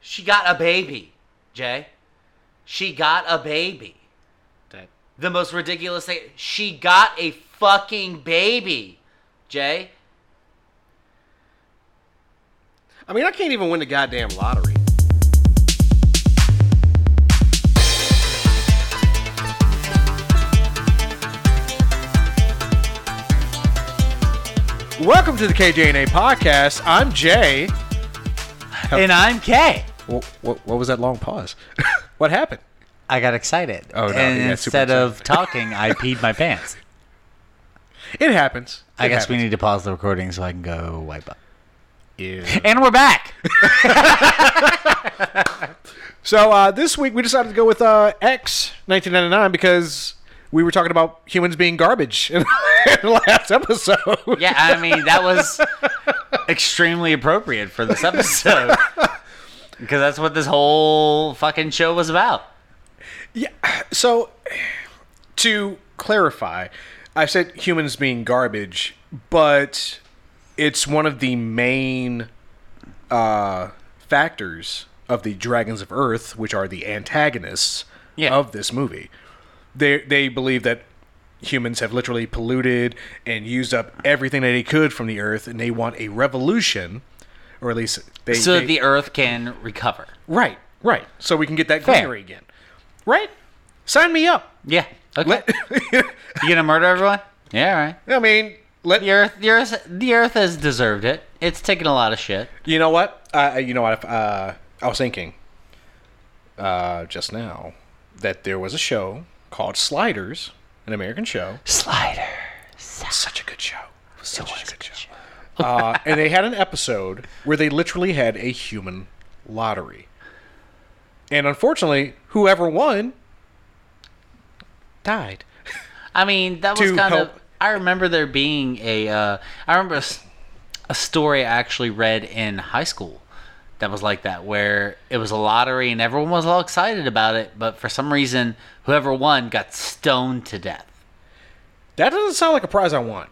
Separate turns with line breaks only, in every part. She got a baby, Jay. She got a baby.
That
The most ridiculous thing. She got a fucking baby, Jay.
I mean, I can't even win the goddamn lottery. Welcome to the KJNA podcast. I'm Jay.
And I'm Kay.
What, what, was that long pause? what happened?
I got excited.
Oh, no,
And
yeah, super
instead of talking, I peed my pants.
It happens.
I guess we need to pause the recording so I can go wipe up.
Ew.
And we're back.
So uh, this week we decided to go with uh, X 1999 because we were talking about humans being garbage in the last episode.
yeah, I mean, that was extremely appropriate for this episode. Because that's what this whole fucking show was about.
So, to clarify, I said humans being garbage, but it's one of the main uh, factors of the Dragons of Earth, which are the antagonists
Yeah.
of this movie. They they believe that humans have literally polluted and used up everything that they could from the Earth, and they want a revolution, or at least they
So
they-
that the Earth can recover.
right right so we can get that
Fair.
greenery again. Right? Sign me up.
Yeah. Okay.
Let-
you gonna murder everyone? Yeah, all right.
I mean, let
The Earth, the Earth, the Earth has deserved it. It's taken a lot of shit.
you know what? Uh, you know what? Uh, I was thinking uh, just now that there was a show called Sliders, an American show.
Slider.
Such a good show. Such a good, show. uh, and they had an episode where they literally had a human lottery, and unfortunately, whoever won died.
I mean, that was
To
kind of.
help-
I remember there being a. Uh, I remember a, s- a story I actually read in high school that was like that, where it was a lottery and everyone was all excited about it, but for some reason, whoever won got stoned to death.
That doesn't sound like a prize I want.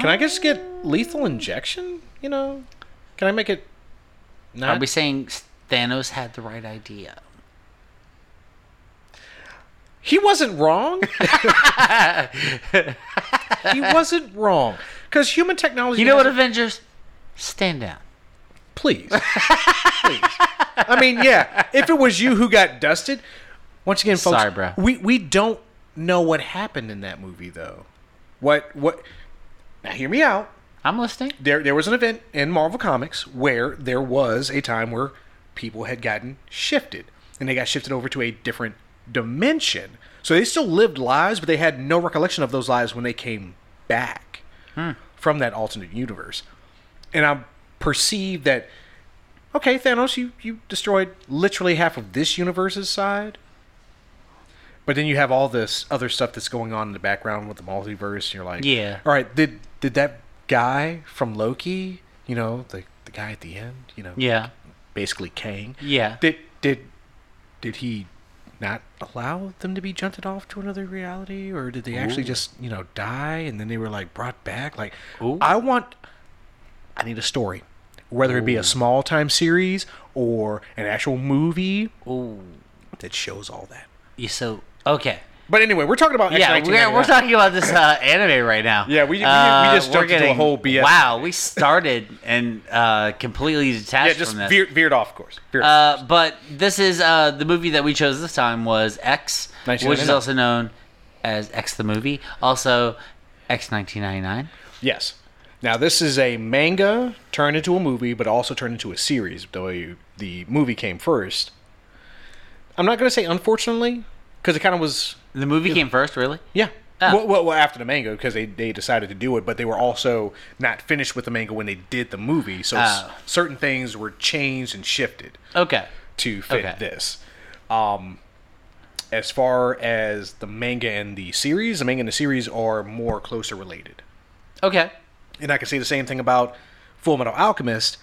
Can I just get lethal injection? You know, can I make it? Not
Are we saying Thanos had the right idea?
He wasn't wrong. he wasn't wrong. Because human technology.
You know what,
hasn't-
Avengers? Stand down.
Please. Please. I mean, yeah. If it was you who got dusted, once again, folks,
Sorry, bro.
we we don't know what happened in that movie, though. What what? Now, hear me out.
I'm listening.
There there was an event in Marvel Comics where there was a time where people had gotten shifted, and they got shifted over to a different dimension. So they still lived lives, but they had no recollection of those lives when they came back from that alternate universe. And I perceived that okay, Thanos, you you destroyed literally half of this universe's side. But then you have all this other stuff that's going on in the background with the multiverse, and you're like,
Yeah.
all right, did did that guy from Loki, you know, the the guy at the end, you know,
Yeah.
basically Kang,
Yeah.
did did did he not allow them to be junted off to another reality or did they actually just you know die and then they were like brought back like
Ooh.
i want i need a story whether it be a small time series or an actual movie
Ooh.
that shows all that
You so okay.
but anyway we're talking about
Yeah,
X-1999.
we're, we're talking about this uh, anime right now.
Yeah, we- we- we
Uh,
just
we're
jumped into a whole BS.
Wow, we started and uh, completely detached
yeah just
from this.
veered, veered off of course veered off.
uh, but this is uh, the movie that we chose this time was X, which is
1999.
also known as X the movie, also X nineteen ninety nine.
yes now this is a manga turned into a movie but also turned into a series though you- the movie came first i'm not going to say unfortunately because it kind of was
The movie came first, really.
Yeah.
Ah.
Well, well, well, after the manga, because they, they decided to do it, but they were also not finished with the manga when they did the movie. So s-
Oh.
certain things were changed and shifted
Okay.
to fit
Okay.
this. Um, as far as the manga and the series, the manga and the series are more closer related.
Okay.
And I can say the same thing about Full Metal Alchemist.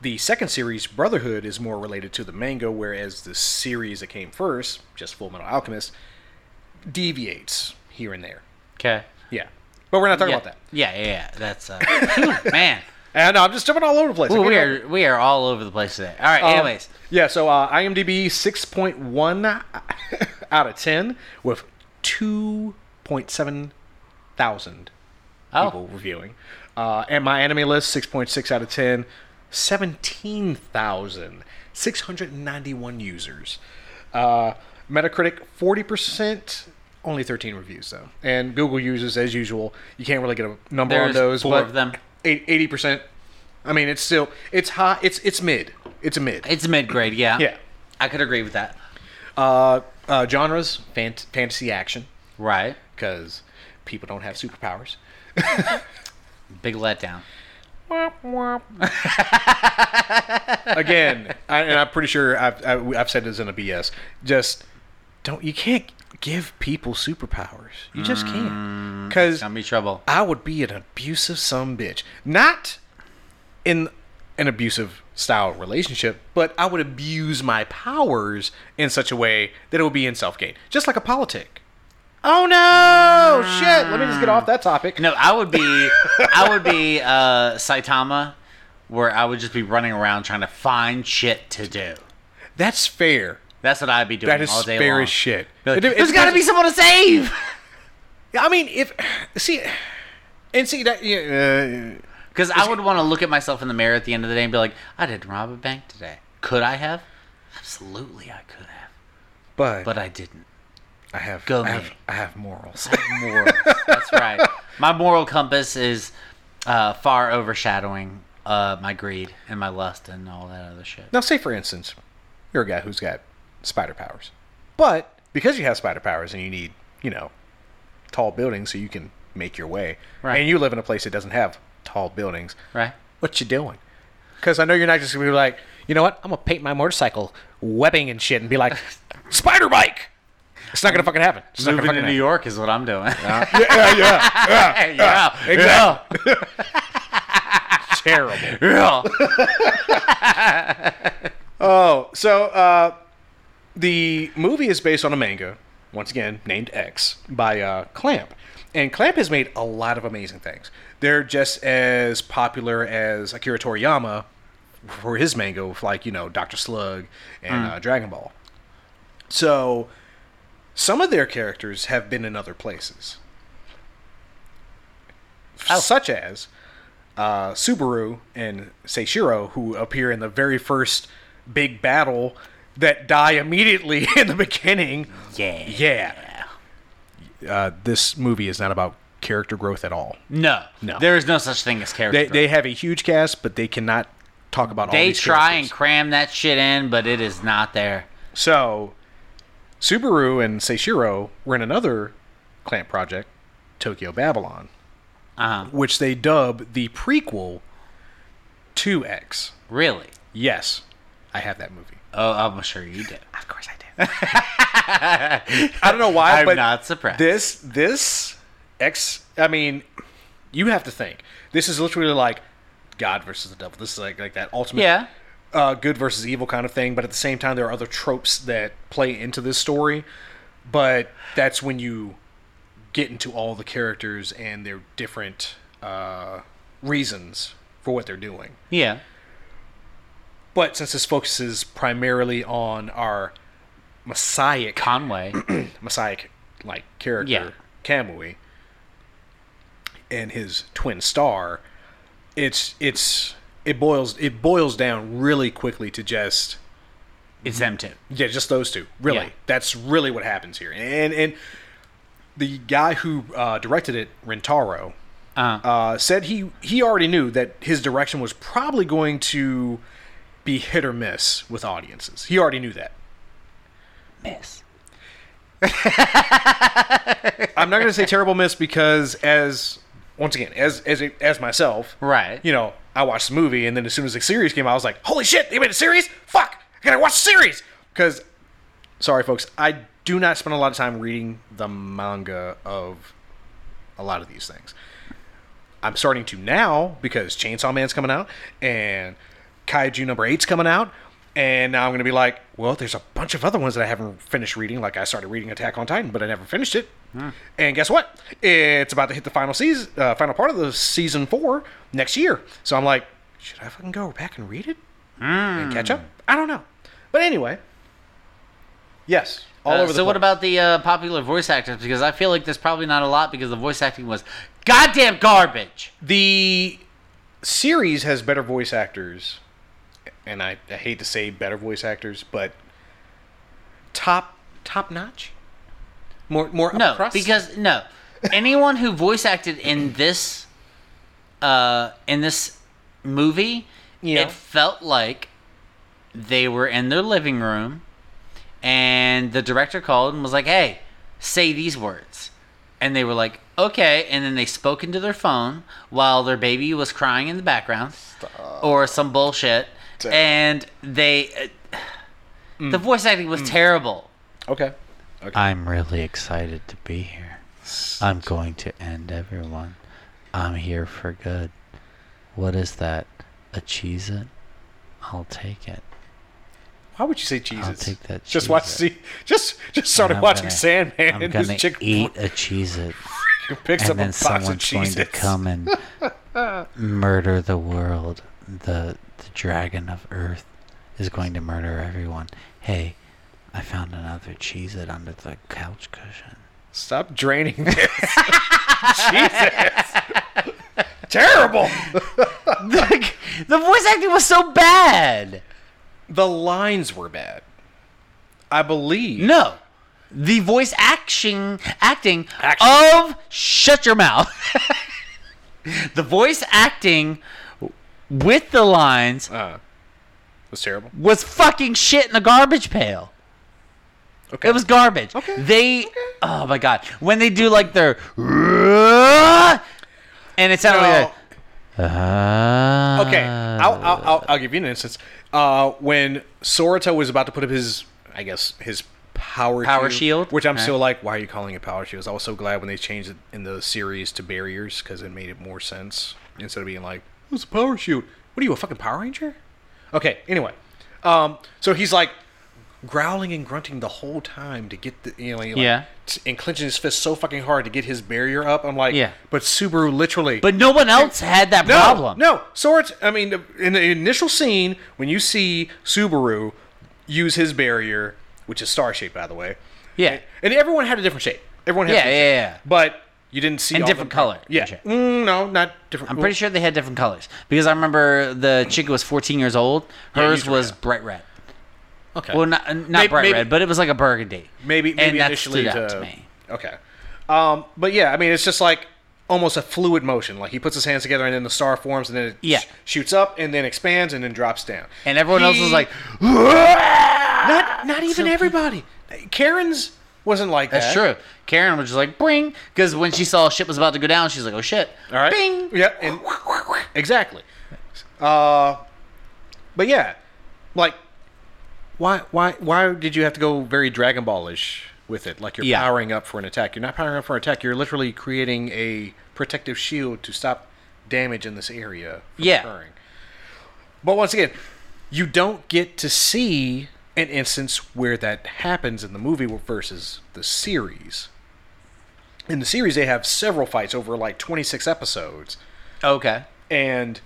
The second series, Brotherhood, is more related to the manga, whereas the series that came first, just Full Metal Alchemist, deviates here and there.
Okay.
Yeah. But we're not talking
yeah.
about that.
Yeah, yeah, yeah. That's uh, man.
And I'm just jumping all over the place. I
Ooh,
can't
we
help
are we are all over the place today. All right.
Um,
anyways,
yeah, so uh, IMDb 6.1 out of 10 with 2.7 thousand
Oh.
people reviewing. Uh, and my anime list 6.6 out of 10, 17,691 users. Uh, Metacritic 40%. Only 13 reviews though, and Google users as usual. You can't really get a number on
There's
those.
four
but
of them.
Eighty percent. I mean, it's still it's high. It's it's mid. It's a mid.
it's mid grade. Yeah.
Yeah.
I could agree with that.
Uh, uh, genres: fant- fantasy action,
Right.
because people don't have superpowers.
Big letdown.
Again, I, and I'm pretty sure I've, I, I've said this in a BS. Just don't. You can't give people superpowers. You just can't. Because
Gonna be trouble.
I would be an abusive some bitch. Not in an abusive style relationship, but I would abuse my powers in such a way that it would be in self gain, just like a politic. Oh no! Shit! Let me just get off that topic.
No, I would be I would be uh, Saitama, where I would just be running around trying to find shit to do.
That's fair.
That's what I'd be doing
That is
all day
fair
long.
as shit.
Be like,
It- it
There's got to
depends-
be someone to save.
I mean, if see, and see that. Yeah, uh,
Because I would want to look at myself in the mirror at the end of the day and be like, I didn't rob a bank today. Could I have? Absolutely, I could have,
but,
but I didn't.
I have
go
I have,
me.
I have morals.
Morals. That's right. My moral compass is uh, far overshadowing uh, my greed and my lust and all that other shit.
Now, say for instance, you're a guy who's got spider powers, but because you have spider powers and you need, you know, tall buildings so you can make your way,
Right.
and you live in a place that doesn't have tall buildings,
Right?
what you doing? Because I know you're not just gonna be like, you know what? I'm gonna paint my motorcycle webbing and shit and be like, spider bike. It's not gonna fucking happen. It's not gonna
Moving
fucking
to New
happen.
York is what I'm doing.
Yeah, yeah,
Hey, yeah,
exactly. Terrible.
yeah.
Oh, so uh, the movie is based on a manga, once again named X by uh, Clamp, and Clamp has made a lot of amazing things. They're just as popular as Akira Toriyama for his manga, with like you know Doctor Slug and uh, Dragon Ball. So some of their characters have been in other places, such as uh, Subaru and Seishiro, who appear in the very first big battle that die immediately in the beginning.
Yeah.
Yeah. Uh, this movie is not about character growth at all.
No.
No.
There is no such thing as character.
They,
growth. They,
they have a huge cast, but they cannot talk about all these
try and
characters.
cram that shit in, but it is not there.
So, Subaru and Seishiro were in another clamp project, Tokyo Babylon,
Uh-huh.
which they dub the prequel to X.
Really?
Yes, I have that movie.
Oh, I'm sure you did.
Of course I did. I don't know why,
I'm
but
not surprised.
This this X I mean, you have to think. This is literally like God versus the devil. This is like like that ultimate
Yeah.
uh, good versus evil kind of thing, but at the same time there are other tropes that play into this story. But that's when you get into all the characters and their different uh, reasons for what they're doing.
Yeah.
But since this focuses primarily on our messiah
Conway.
messiah like character
Yeah.
Kamui and his twin star, it's it's it boils it boils down really quickly to just
it's them too.
yeah, just those two. Really,
Yeah.
that's really what happens here. And and the guy who uh, directed it, Rentaro,
Uh,
uh, said he he already knew that his direction was probably going to be hit or miss with audiences. He already knew that.
miss.
I'm not going to say terrible miss because as once again as as as myself,
Right.
You know, I watched the movie and then as soon as the series came out, I was like, "Holy shit, they made a series! Fuck, I gotta watch the series!" Because, sorry folks, I do not spend a lot of time reading the manga of a lot of these things. I'm starting to now because Chainsaw Man's coming out and Kaiju number eight's coming out. And now I'm going to be like, well, there's a bunch of other ones that I haven't finished reading. Like I started reading Attack on Titan, but I never finished it.
Hmm.
And guess what? It's about to hit the final season, uh, final part of the season four next year. So I'm like, should I fucking go back and read it and catch
Hmm.
up? I don't know. But anyway, yes, all
Uh,
over the.
so what
place.
about the uh, popular voice actors? Because I feel like there's probably not a lot because the voice acting was goddamn garbage.
The series has better voice actors, and I, I hate to say better voice actors, but top top notch. More more
No,
upcrust?
because no, anyone who voice acted in this, uh, in this movie,
Yeah.
it felt like they were in their living room, and the director called and was like, "Hey, say these words," and they were like, "Okay," and then they spoke into their phone while their baby was crying in the background, or some bullshit,
Damn. Mm.
and they, uh, the voice acting was terrible.
okay,
I'm really excited to be here. I'm going to end everyone. I'm here for good. What is that? A cheese it? I'll take it.
why would you say Jesus?
take that
Just watch
Cheez-It.
see. Just just started
I'm
watching
gonna-
Sandman,
I'm
and
gonna
this chick
eat a cheese it,
picks
and
up a
then
box of
someone's going to
Cheez-Its.
come and murder the world. The the dragon of Earth is going to murder everyone. Hey, I found another cheese it under the couch cushion.
Stop draining this. Jesus, terrible.
the, the voice acting was so bad.
The lines were bad. I believe.
No. The voice action acting
Action.
of shut your mouth. the voice acting with the lines
Uh, was terrible.
was fucking shit in a garbage pail.
Okay.
It was garbage.
Okay.
They oh my god. When they do like their and it sounded like
Uh,
a, "Ah."
okay. I'll, I'll, I'll, I'll give you an instance. Uh, when Sorata was about to put up his, I guess his power
Power shield?
which I'm
Okay.
still like, why are you calling it power shields? I was so glad when they changed it in the series to barriers because it made it more sense instead of being like, what's a power shield? What are you a fucking Power Ranger? Okay. Anyway, um, so he's like growling and grunting the whole time to get the you know like,
Yeah.
t- and clenching his fist so fucking hard to get his barrier up. I'm like,
Yeah.
But Subaru literally,
But no one else had that
no,
problem.
No, Swords. I mean, in the initial scene, when you see Subaru use his barrier, which is star shaped, by the way,
Yeah.
and everyone had a different shape. Everyone had a
Yeah,
different
yeah,
shape.
yeah.
But you didn't see
And
all
different
the-
color.
Yeah,
Shape.
Mm, no, not different.
I'm pretty sure they had different colors because I remember the chick who was 14 years old.
Yeah,
Hers
used to
was
red.
bright red.
Okay.
Well, not uh, not
Maybe-
bright
maybe-
red, but it was like a burgundy.
maybe maybe
and that
initially
stood out
to-
to me.
Okay. Um, but yeah, I mean, it's just like almost a fluid motion. Like he puts his hands together, and then the star forms, and then it
Yeah.
sh- shoots up, and then expands, and then drops down.
And everyone else was
He-
like,
not not even everybody. Karen's wasn't like
"That's
that.
true." Karen was just like, "Bring," because when she saw shit was about to go down, she's like, "Oh shit!"
All right.
Bing.
Yeah. And exactly. Uh, but yeah, like, why, why, why did you have to go very Dragon Ballish with it? Like you're
Yeah.
powering up for an attack. You're not powering up for an attack. You're literally creating a protective shield to stop damage in this area from
Yeah.
occurring. But once again, you don't get to see an instance where that happens in the movie versus the series. In the series, they have several fights over like 26 episodes.
Okay.
And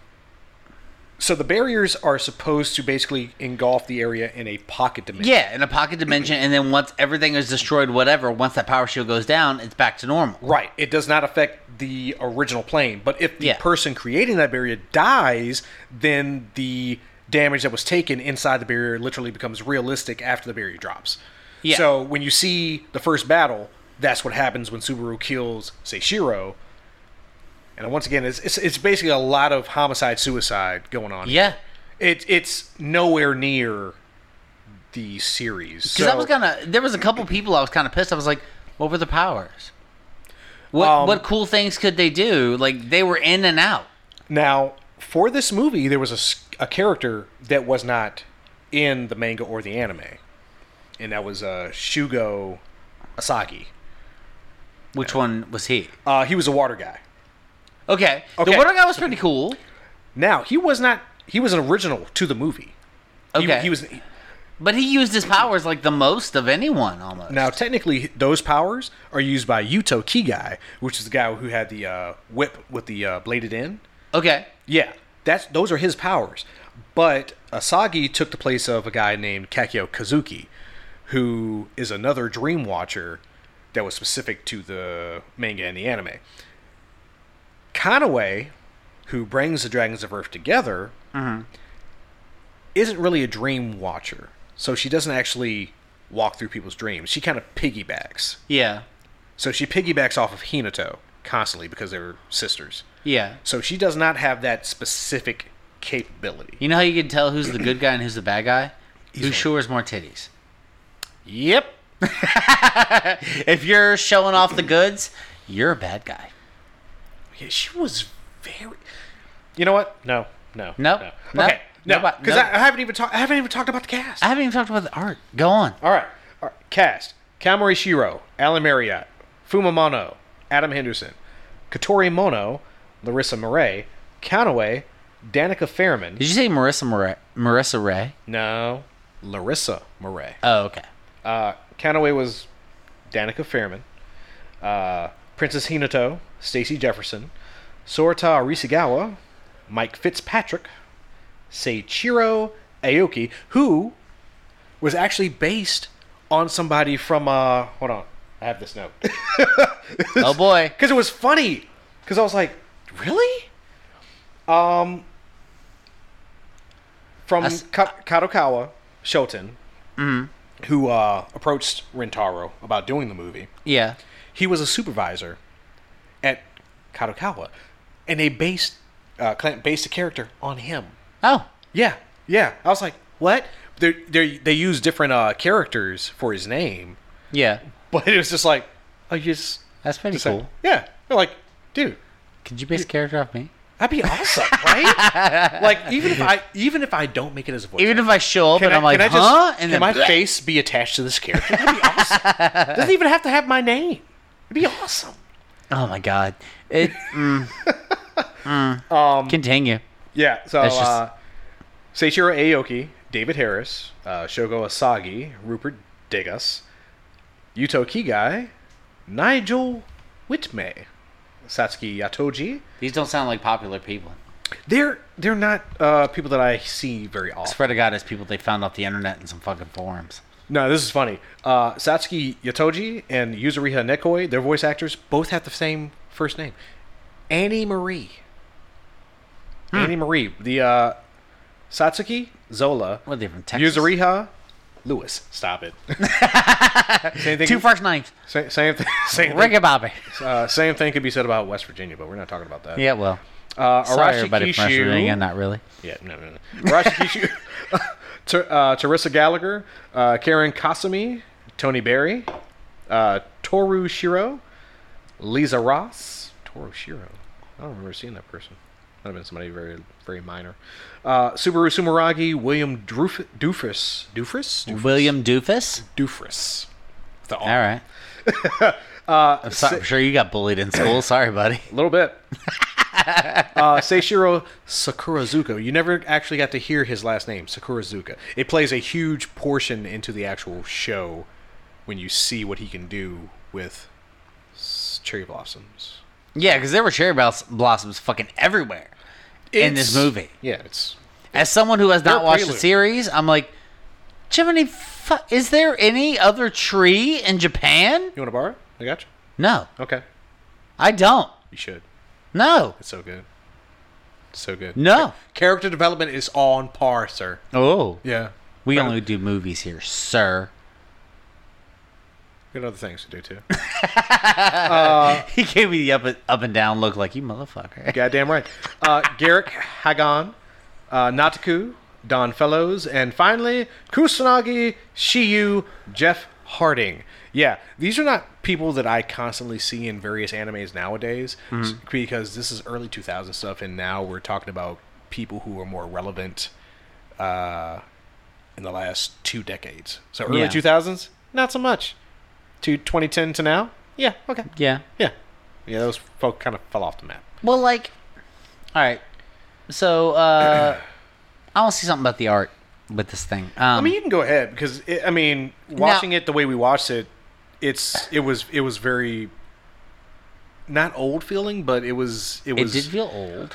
so the barriers are supposed to basically engulf the area in a pocket dimension.
Yeah, in a pocket dimension, and then once everything is destroyed, whatever. Once that power shield goes down, it's back to normal.
Right. It does not affect the original plane. But if the
Yeah.
person creating that barrier dies, then the damage that was taken inside the barrier literally becomes realistic after the barrier drops.
Yeah.
So when you see the first battle, that's what happens when Subaru kills, say, Shiro. And once again, it's, it's, it's basically a lot of homicide suicide going on. here.
Yeah.
It it's nowhere near the series.
Because I
So-
was gonna, there was a couple people I was kind of pissed. I was like, what were the powers? What
Um,
what cool things could they do? Like they were in and out.
now for this movie, there was a s- a, character that was not in the manga or the anime, and that was uh, Shugo Asagi.
Which one was he?
Uh, he was a water guy.
Okay.
Okay.
The water guy was pretty cool.
Now he was not. He was an original to the movie. He-
Okay.
He, was
But he used his powers like the most of anyone almost.
now technically those powers are used by Yuto Kigai, which is the guy who had the uh, whip with the uh, bladed end.
Okay.
Yeah, that's those are his powers. But Asagi took the place of a guy named Kakyo Kazuki, who is another Dream Watcher that was specific to the manga and the anime. Kanaway, who brings the Dragons of Earth together, isn't really a Dream Watcher, so she doesn't actually walk through people's dreams. She kind of piggybacks.
Yeah.
So she piggybacks off of Hinato constantly because they're sisters.
Yeah.
So she does not have that specific capability.
You know how you can tell who's the good guy and who's the bad guy? Who
Easily.
shores more titties?
Yep.
If you're showing off the goods, you're a bad guy.
Yeah, she was very. You know what? No. No.
No, no,
Okay. No.
no,
Because
no.
I, I haven't even talked. I haven't even talked about the cast.
I haven't even talked about the art. Go on.
All right. All right. Cast: Kamori Shiro, Alan Marriott, Fuma Mono, Adam Henderson, Katori Mono, Larissa Murray, Conaway, Danica Fairman.
Did you say Marissa Murray? Marissa Ray?
No. Larissa Murray.
Oh, okay.
Uh, Conaway was Danica Fairman, uh, Princess Hinato, Stacy Jefferson, Sorata Arisigawa, Mike Fitzpatrick, Seichiro Aoki, who was actually based on somebody from. Uh, hold on, I have this note
Oh boy.
because it was funny. Because I was like, really? Um, from
I s-
Ka- Kadokawa Shoten,
Mm-hmm.
who uh, approached Rentaro about doing the movie,
Yeah.
he was a supervisor at Kadokawa, and they based uh, Clamp based the character on him.
Oh.
Yeah, yeah. I was like, what? They they they use different uh, characters for his name,
Yeah.
but it was just like, I just
That's pretty
just like,
cool.
yeah. They're like, dude.
Could you base a character off me?
That'd be awesome, right? like even if I even if I don't make it as a voice,
Even
actor,
if I show up
can
and
I-
I'm like,
can I just-
huh?
can
And then
my face be attached to this character? That'd be awesome. Doesn't even have to have my name. It'd be awesome.
Oh my god. It. Mm, mm. Continue.
Um, Yeah. So
That's just-
uh, Seichiro Aoki, David Harris, uh, Shogo Asagi, Rupert Degas, Yuto Kigai, Nigel Whitmay, Satsuki Yatoji.
These don't sound like popular people.
They're they're not uh, people that I see very often.
Swear to God, it's people they found off the internet and some fucking forums.
No, this is funny. Uh, Satsuki Yatoji and Yuzuriha Nekoi, their voice actors, both have the same first name. Annie Marie.
Hmm.
Annie Marie. The uh, Satsuki Zola.
What are they from Texas?
Yuzuriha Lewis. Stop it. same thing.
Two first names.
Same, same thing. Same
Rick
thing,
and Bobby.
uh, same thing could be said about West Virginia, but we're not talking about that.
Yeah, well.
Uh, Arashi
Sorry, everybody, from West
Kishu-
Virginia. Not really.
yeah, no, no, no. Rashi Ter- uh, Teresa Gallagher, uh, Karen Kasumi, Tony Berry, uh, Toru Shiro, Lisa Ross. Toru Shiro. I don't remember seeing that person. Might have been somebody very, very minor. Uh, Subaru Sumeragi, William Druf- Doofus. Doofus? Doofus.
William Doofus?
Doofus. The
All right. I'm, sorry, I'm sure you got bullied in school. Sorry, buddy.
A little bit. uh, Seishiro Sakurazuka. You never actually got to hear his last name, Sakurazuka. It plays a huge portion into the actual show when you see what he can do with s- cherry blossoms.
Yeah, because there were cherry blos- blossoms fucking everywhere in this
It's-
movie.
Yeah, it's
As someone who has
They're
not
a
watched the
prelude.
series, I'm like, Jiminy, fu- is there any other tree in Japan?
you want to borrow? it? I got you.
No,
Okay,
I don't.
you should.
No.
It's so good. It's so good.
No.
Character development is on par, sir.
Oh.
Yeah.
We only do movies here, sir.
Good other things to do too.
He gave me the up and, up and down look like, you motherfucker.
Goddamn right. Uh, Garrick Hagon, uh, Nataku, Don Fellows, and finally Kusanagi Shiyu, Jeff Harding. Yeah, these are not people that I constantly see in various animes nowadays s- because this is early 2000 stuff, and now we're talking about people who are more relevant uh, in the last two decades. So early
Yeah.
2000s, not so much. To 2010 to now, yeah, okay,
Yeah.
yeah, yeah. Those folk kind of fell off the map.
Well, like, all right. So, uh, I want to see something about the art. with this thing. Um,
I mean, you can go ahead because it, I mean, watching it the way we watched it, it's it was it was very not old feeling, but it was it
it
was
did feel old.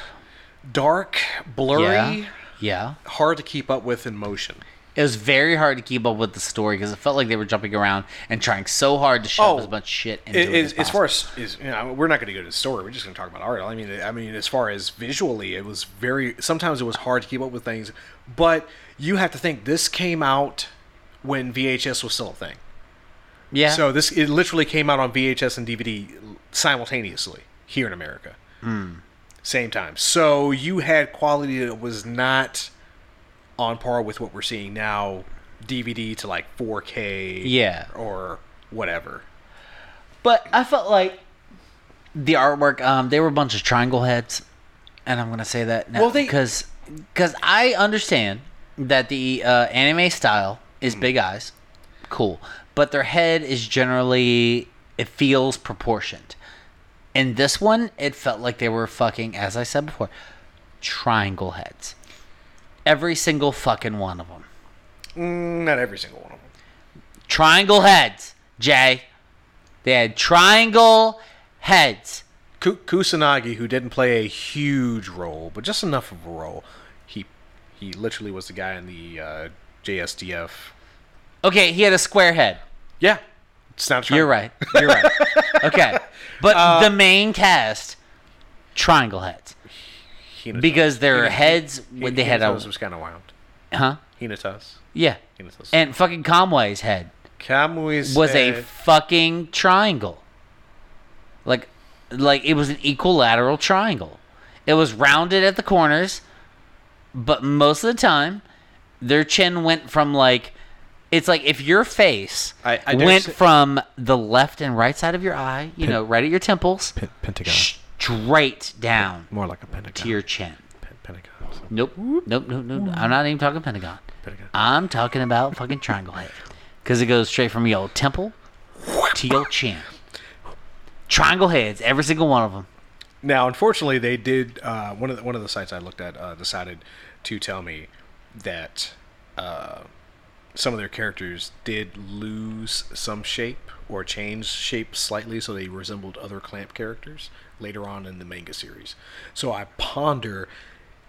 dark, blurry,
Yeah. Yeah.
hard to keep up with in motion.
It was very hard to keep up with the story because it felt like they were jumping around and trying so hard to shove
Oh,
as much shit into
It,
it, as
as, as
possible.
far as is, you know, we're not going to go to the story. We're just going to talk about art. I mean, I mean, as far as visually, it was very. Sometimes it was hard to keep up with things, but you have to think this came out when VHS was still a thing.
yeah.
So this it literally came out on VHS and DVD simultaneously here in America,
Hmm.
same time. So you had quality that was not on par with what we're seeing now, DVD to like 4K,
Yeah.
or whatever.
But I felt like the artwork, um, they were a bunch of triangle heads, and I'm gonna say that now
Well, they-
because because I understand that the uh, anime style is
Hmm.
big eyes, cool, but their head is generally it feels proportioned. In this one, it felt like they were fucking, as I said before, triangle heads. Every single fucking one of them.
Mm, not every single one of them.
Triangle heads, Jay. They had triangle heads.
Ku- Kusanagi, who didn't play a huge role, but just enough of a role, he he literally was the guy in the uh, JSDF.
Okay, he had a square head.
Yeah, it's not. a
You're
triangle.
right. You're right. Okay. But the main cast, triangle heads.
Hinata-
Because their
Hinata-
heads,
Hin-
when they had a.
Hinata's was kind of wild.
Huh?
Hinatas.
Yeah.
Hinatas.
And fucking Conway's head
Kamui
was a
said-
fucking triangle. Like, like it was an equilateral triangle. It was rounded at the corners, but most of the time, their chin went from like, it's like if your face
I- I dare
went
say-
from the left and right side of your eye, you know, right at your temples,
Pe- pentagon.
straight down
More like a pentagon.
to your chin.
Pe- pentagon. So,
Nope, nope, nope, nope. I'm not even talking Pentagon.
pentagon.
I'm talking about fucking triangle head. Because it goes straight from your temple to your chin. Triangle heads, every single one of them.
Now, unfortunately, they did. Uh, one of the, one of the sites I looked at uh, decided to tell me that uh, some of their characters did lose some shape or change shape slightly, so they resembled other Clamp characters later on in the manga series. So I ponder,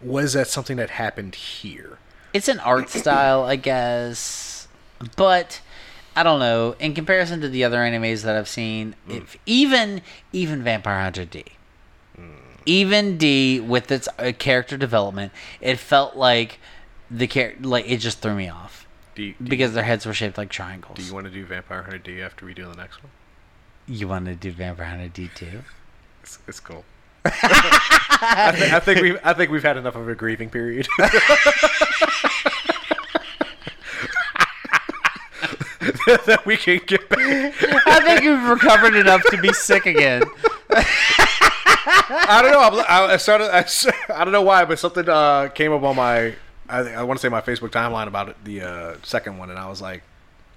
was that something that happened here?
It's an art style, I guess. But I don't know. In comparison to the other animes that I've seen,
Hmm.
if even even Vampire Hunter D,
Hmm.
even D with its uh, character development, it felt like the char- like it just threw me off
Do you, do
because their heads were shaped like triangles.
you want to do Vampire Hunter D after we do the next one?
You want to do Vampire Hunter D too?
It's, it's cool. I, thi- I think we've I think we've had enough of a grieving period. that we can get back.
I think you've recovered enough to be sick again.
I don't know. I'm, I I started. I, s- I don't know why, but something uh, came up on my. I, think- I want to say my Facebook timeline about it, the uh, second one, and I was like,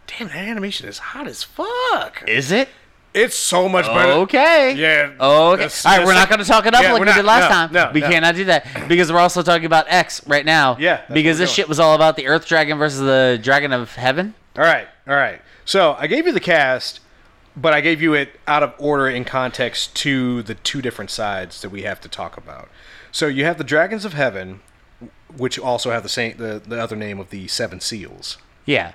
"Damn, that animation is hot as fuck.
Is it?
It's so much better."
uh, Okay.
Yeah.
Okay. All
That's-
right, we're
that's-
not going to talk it up
Yeah,
like
we're
we
not-
did last
no,
time.
no,
we
no.
cannot do that because we're also talking about X right now.
Yeah, that's what
Because
we're
this
doing.
shit was all about the Earth Dragon versus the Dragon of Heaven.
All right, all right. So I gave you the cast, but I gave you it out of order in context to the two different sides that we have to talk about. So you have the Dragons of Heaven, which also have the same the, the other name of the Seven Seals.
Yeah.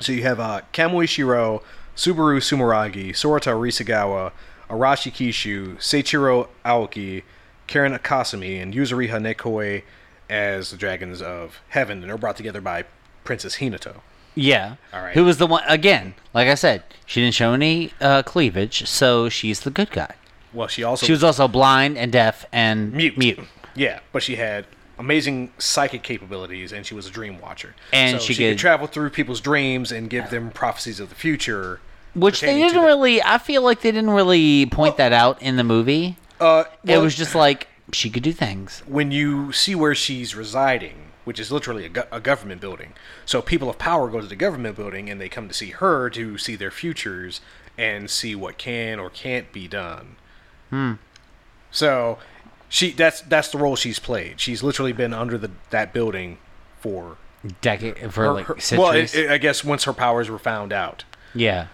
So you have uh, Kamui Shiro, Subaru Sumeragi, Sorata Risagawa, Arashi Kishu, Seichiro Aoki, Karen Akasumi, and Yuzuri Hanekoi as the Dragons of Heaven, and they're brought together by Princess Hinato.
Yeah.
All right.
Who was the one, again, like I said, she didn't show any uh, cleavage, so she's the good guy.
Well, she also
She was also blind and deaf and
mute.
mute.
Yeah, but she had amazing psychic capabilities, and she was a dream watcher.
And
So
she
could
could-
travel through people's dreams and give them prophecies of the future.
Which they
pertaining to
didn't
the-
really, I feel like they didn't really point that out in the movie.
Uh, well,
it was just like she could do things.
when you see where she's residing, which is literally a, go- a government building. So people of power go to the government building, and they come to see her to see their futures and see what can or can't be done.
Hmm.
So she that's that's the role she's played. She's literally been under the that building for
Decade for
Her-
like
her-
centuries.
well, it, it- I guess once her powers were found out.
yeah.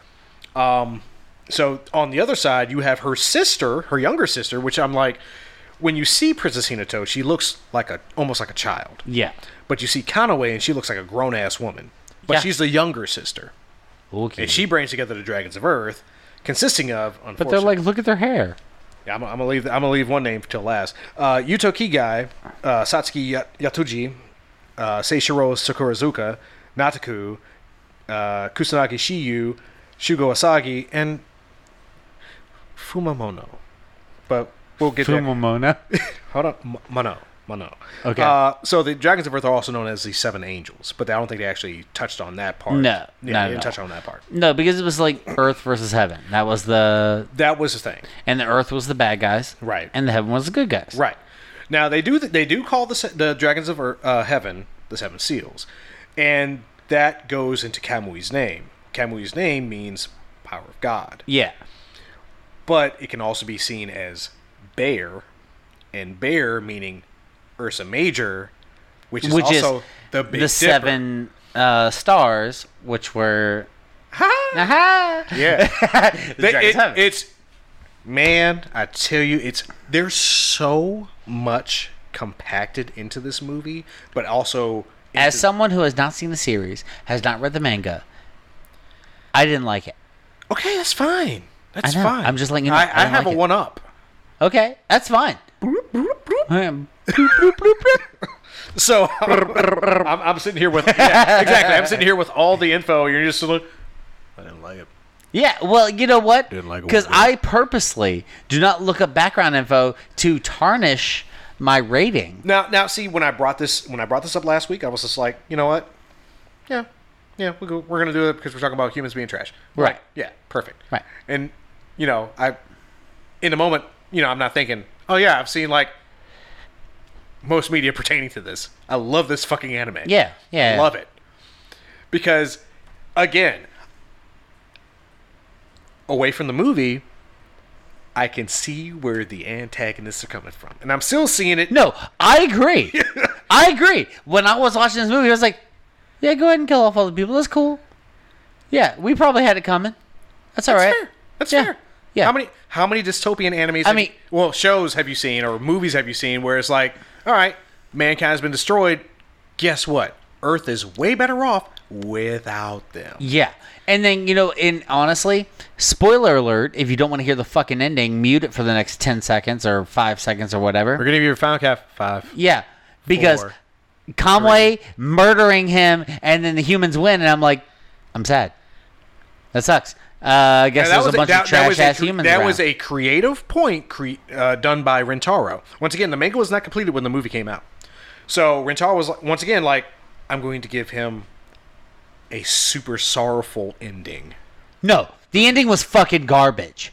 So on the other side, you have her sister, her younger sister, which I'm like, when you see Princess Hinato, she looks like a almost like a child.
Yeah.
But you see Kanaway, and she looks like a grown ass woman. But
Yeah.
she's the younger sister,
Okay.
and she brings together the dragons of Earth, consisting of unfortunately,
but they're like, look at their hair.
Yeah, I'm, I'm gonna leave. I'm gonna leave one name till last. Uh, Yuto Kigai, uh, Satsuki Ya- Yatuji, uh, Seishiro Sakurazuka, Nataku, uh, Kusanagi Shiyu, Shugo Asagi, and Fumamono. But we'll get there.
Fumamona.
Hold on, M- Mono, Mono.
Okay.
Uh, so the Dragons of Earth are also known as the Seven Angels, but I don't think they actually touched on that part.
No,
yeah,
not
they
at
didn't touch
all.
on that part.
no, because it was like Earth versus Heaven. That was the
That was the thing.
and the Earth was the bad guys,
Right.
And the Heaven was the good guys,
Right. Now they do they do call the se- the dragons of Ear- uh, heaven the seven seals, and that goes into Kamui's name. Kamui's name means power of God,
Yeah.
but it can also be seen as bear, and bear meaning Ursa Major, which is
Which
also
is
the Big
the seven uh, stars, which were
Dipper.
aha.
yeah, They-
Dragons
it-
have it.
it's man, I tell you, it's there's so much compacted into this movie, but also
As someone who has not seen the series, has not read the manga, I didn't like it.
Okay, that's fine. That's
know.
fine.
I'm just letting you know,
I,
I
I,
don't
have
like
a
it.
one up.
Okay, that's fine. Um, bloop, bloop, bloop, bloop.
So I'm, I'm sitting here with yeah, exactly. I'm sitting here with all the info. You're just like, I didn't like it.
yeah, well, you know what?
Didn't like it
Because
one bit.
I purposely do not look up background info to tarnish my rating.
Now, now, see when I brought this when I brought this up last week, I was just like, you know what? Yeah, yeah, we go, we're gonna do it because we're talking about humans being trash.
Right.
Yeah, perfect.
Right.
And you know, I in the moment, you know, I'm not thinking, oh yeah, I've seen like most media pertaining to this. I love this fucking anime.
Yeah, yeah.
love it because again away from the movie i can see where the antagonists are coming from and i'm still seeing it
No, I agree. I agree. When I was watching this movie, I was like, yeah, go ahead and kill off all the people. That's cool. Yeah, we probably had it coming. That's all right.
fair. that's
Yeah.
fair
Yeah.
how many how many dystopian animes have
mean-
you- well shows have you seen or movies have you seen where it's like all right mankind's been destroyed guess what earth is way better off without them
Yeah. And then, you know, and honestly, spoiler alert, if you don't want to hear the fucking ending, mute it for the next 10 seconds or 5 seconds or
we're
whatever.
gonna give you a final cap five
Yeah. Because
Four,
Conway murdering him and then the humans win and I'm like, I'm sad. That sucks. Uh, I guess
Yeah,
there's a bunch of trash ass
cre-
humans
That
around.
was a creative point cre- uh, done by Rentaro. Once again, the manga was not completed when the movie came out. So Rentaro was like- once again like, I'm going to give him a super sorrowful ending.
no, the ending was fucking garbage.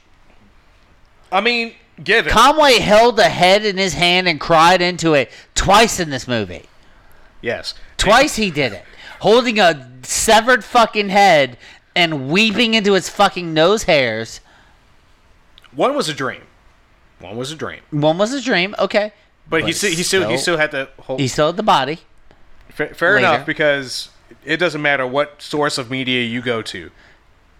I mean, give it.
Conway held a head in his hand and cried into it twice in this movie.
yes.
Twice he did it, holding a severed fucking head and weeping into his fucking nose hairs.
One was a dream. One was a dream.
One was a dream, okay.
But, he, still, he still he still had to hold
he still had the body.
fa- fair
later.
enough because it doesn't matter what source of media you go to.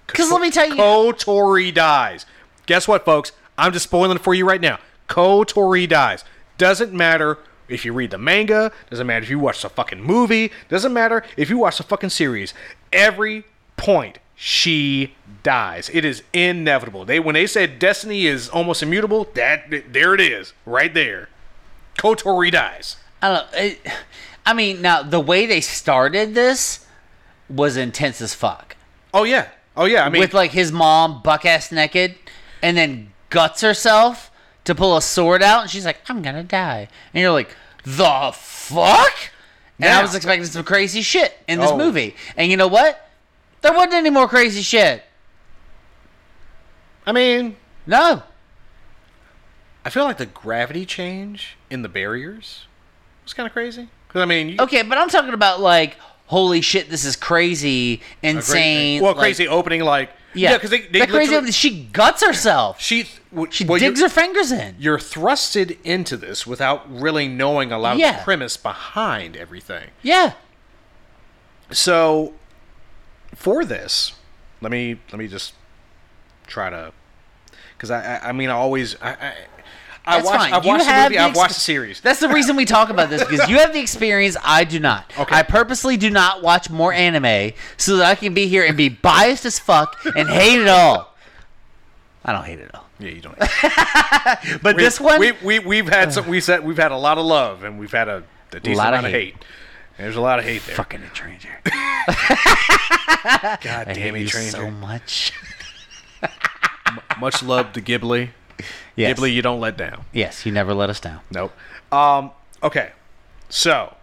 Because let me tell you,
Kotori dies. Guess what, folks? I'm just spoiling it for you right now. Kotori dies. Doesn't matter if you read the manga, doesn't matter if you watch the fucking movie, doesn't matter if you watch the fucking series. Every point she dies. It is inevitable. They when they said destiny is almost immutable, that there it is, right there. Kotori dies.
I don't. know, It, I mean, now the way they started this was intense as fuck.
Oh yeah. Oh yeah. I mean
With like his mom buck ass naked, and then guts herself to pull a sword out, and she's like, "I'm gonna die," and you're like, "The fuck!" And I
Yeah.
was expecting some crazy shit in this
Oh.
movie, and you know what? There wasn't any more crazy shit.
I mean
No,
I feel like the gravity change in the barriers was kind of crazy. 'Cause, I mean, you,
okay, but I'm talking about like, holy shit, this is crazy, insane.
well,
like-
crazy opening, like yeah,
Yeah,
because they, they
That crazy.
literally-
She guts herself.
she w-
She
well,
digs
you're,
her fingers in.
You're thrusted into this without really knowing a lot of
Yeah.
the premise behind everything.
Yeah.
So for this, let me let me just try to because I, I I mean I always I I, I
That's
watched
fine.
I've
You
watched the
have
movie
the
I've watched
ex-
the series.
That's the reason we talk about this because you have the experience. I do not.
Okay.
I purposely do not watch more anime so that I can be here and be biased as fuck and hate it all. I don't hate it all.
yeah, you don't.
But
We-
this one,
we we we've had some we said we've had a lot of love and we've had a, a decent
Lot of
amount of hate.
hate.
There's a lot of hate there.
fucking a stranger.
God
I
damn
hate
you,
you
Tranger.
so much.
Much love to Ghibli.
Yes.
Ghibli, you don't let down.
Yes, you never let us down.
Nope. Um, okay. So,